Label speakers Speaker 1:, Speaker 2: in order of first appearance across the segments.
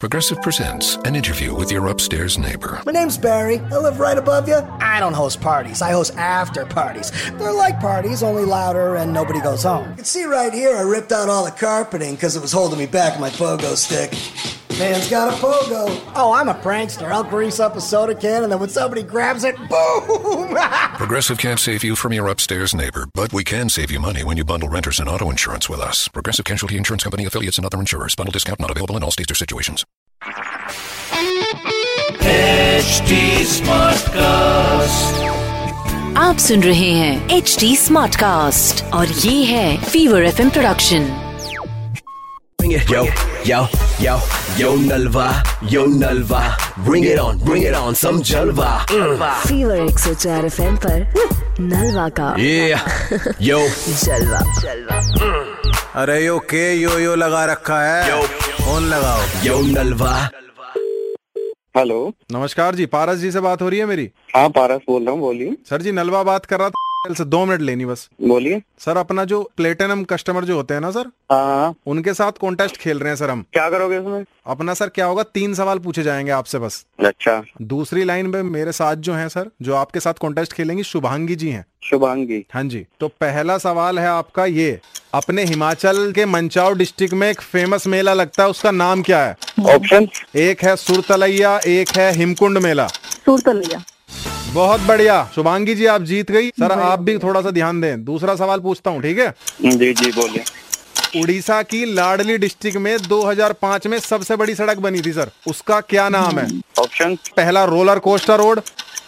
Speaker 1: Progressive presents an interview with your upstairs neighbor.
Speaker 2: My name's Barry. I live right above you. I don't host parties. I host after parties. They're like parties, only louder and nobody goes home. You can see right here I ripped out all the carpeting because it was holding me back with my pogo stick. Man's got a pogo. Oh, I'm a prankster. I'll grease up a soda can and then when somebody grabs it, boom!
Speaker 1: Progressive can't save you from your upstairs neighbor, but we can save you money when you bundle renters and auto insurance with us. Progressive Casualty Insurance Company affiliates and other insurers. Bundle discount not available in all states or situations.
Speaker 3: HD Smartcast.
Speaker 4: आप सुन रहे हैं H D smartcast और ये है fever F production
Speaker 5: Bring it. Yo, yo, yo, yo Nalva, yo Nalva. Bring it on, bring it on, some Jalva. Mm.
Speaker 4: Fever एक सौ चार एफ एम नलवा का
Speaker 5: Yeah, yo, Mm.
Speaker 4: जलवा
Speaker 6: अरे yo के यो यो लगा रखा है
Speaker 5: Yo.
Speaker 6: फोन लगाओ
Speaker 5: yo Nalva.
Speaker 7: हेलो
Speaker 6: नमस्कार जी पारस जी से बात हो रही है मेरी
Speaker 7: हाँ पारस बोल रहा हूँ बोलिए
Speaker 6: सर जी नलवा बात कर रहा था से दो मिनट लेनी बस
Speaker 7: बोलिए
Speaker 6: सर अपना जो प्लेटिनम कस्टमर जो होते हैं ना सर
Speaker 7: हाँ हाँ
Speaker 6: उनके साथ कॉन्टेस्ट खेल रहे हैं सर हम
Speaker 7: क्या करोगे इसमें
Speaker 6: अपना सर क्या होगा तीन सवाल पूछे जाएंगे आपसे बस
Speaker 7: अच्छा
Speaker 6: दूसरी लाइन में मेरे साथ जो हैं सर जो आपके साथ कॉन्टेस्ट खेलेंगी शुभांगी जी हैं
Speaker 7: शुभांगी
Speaker 6: हाँ जी तो पहला सवाल है आपका ये अपने हिमाचल के मंचाओ डिस्ट्रिक्ट में एक फेमस मेला लगता है उसका नाम क्या है
Speaker 7: ऑप्शन
Speaker 6: एक है सुरतलैया एक है हिमकुंड मेला
Speaker 8: सुरतलिया
Speaker 6: बहुत बढ़िया शुभांगी जी आप जीत गई सर आप भी थोड़ा सा ध्यान दें दूसरा सवाल पूछता हूँ ठीक है
Speaker 7: जी जी बोलिए
Speaker 6: उड़ीसा की लाडली डिस्ट्रिक्ट में 2005 में सबसे बड़ी सड़क बनी थी सर उसका क्या नाम है
Speaker 7: ऑप्शन
Speaker 6: पहला roller coaster road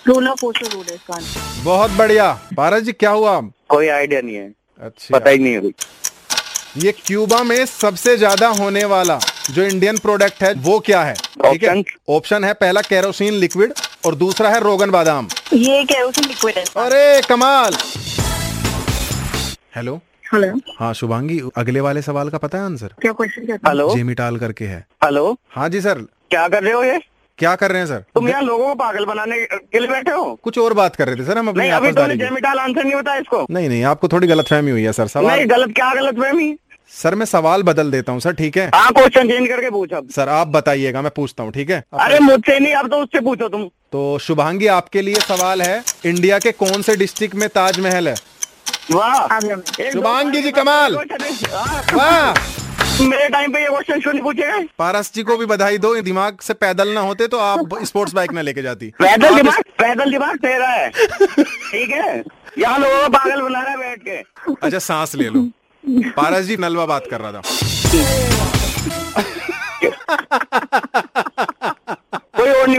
Speaker 8: roller coaster road है इसका आंसर।
Speaker 6: बहुत बढ़िया भारत जी क्या हुआ
Speaker 7: कोई आइडिया नहीं है पता
Speaker 6: अच्छा
Speaker 7: ही नहीं है कुछ
Speaker 6: ये क्यूबा में सबसे ज्यादा होने वाला जो इंडियन प्रोडक्ट है वो क्या है ठीक है
Speaker 7: Options?
Speaker 6: ऑप्शन है पहला केरोसिन लिक्विड और दूसरा है रोगन बादाम
Speaker 8: ये केरोसिन लिक्विड है इसका।
Speaker 6: अरे कमाल हेलो
Speaker 8: हेलो
Speaker 6: हाँ शुभांगी अगले वाले सवाल का पता है आंसर
Speaker 8: क्या क्वेश्चन क्या था
Speaker 7: हेलो
Speaker 6: जेमिटाल करके है
Speaker 7: हेलो
Speaker 6: हाँ जी सर
Speaker 7: क्या कर रहे हो ये
Speaker 6: क्या कर रहे हैं सर
Speaker 7: तुम यहाँ लोगों को पागल बनाने के लिए बैठे हो
Speaker 6: कुछ और बात कर रहे थे सर हम अपनी
Speaker 7: नहीं अभी तुमने
Speaker 6: आपसदारी की
Speaker 7: जेमिटाल आंसर नहीं बताया इसको
Speaker 6: नहीं नहीं आपको थोड़ी गलतफहमी हुई है सर
Speaker 7: नहीं
Speaker 6: सवाल
Speaker 7: गलत क्या गलत फहमी
Speaker 6: सर मैं सवाल बदल देता हूँ सर ठीक है
Speaker 7: हाँ क्वेश्चन चेंज करके पूछो अब
Speaker 6: सर आप बताइएगा मैं पूछता हूँ ठीक है
Speaker 7: अरे मुझसे नहीं अब तो उससे पूछो तुम
Speaker 6: तो शुभांगी आपके लिए सवाल है इंडिया के कौन से डिस्ट्रिक्ट में ताजमहल है
Speaker 7: वाह
Speaker 8: आगरा में।
Speaker 7: एक दो
Speaker 6: शुभांगी
Speaker 7: बार-
Speaker 6: जी कमाल
Speaker 7: हाँ,
Speaker 6: वाह
Speaker 7: मेरे टाइम पे ये क्वेश्चन क्यों नहीं पूछे गए
Speaker 6: पारस जी को भी बधाई दो दिमाग से पैदल ना होते तो आप स्पोर्ट्स बाइक ना लेके जाती
Speaker 7: पैदल दिमाग पैदल दिमाग तेरा है ठीक है यहाँ लोगों को पागल बना रहा है बैठ के
Speaker 6: अच्छा सांस ले लो पारस जी नलवा बात कर रहा था
Speaker 7: कोई और नहीं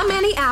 Speaker 9: I'm Annie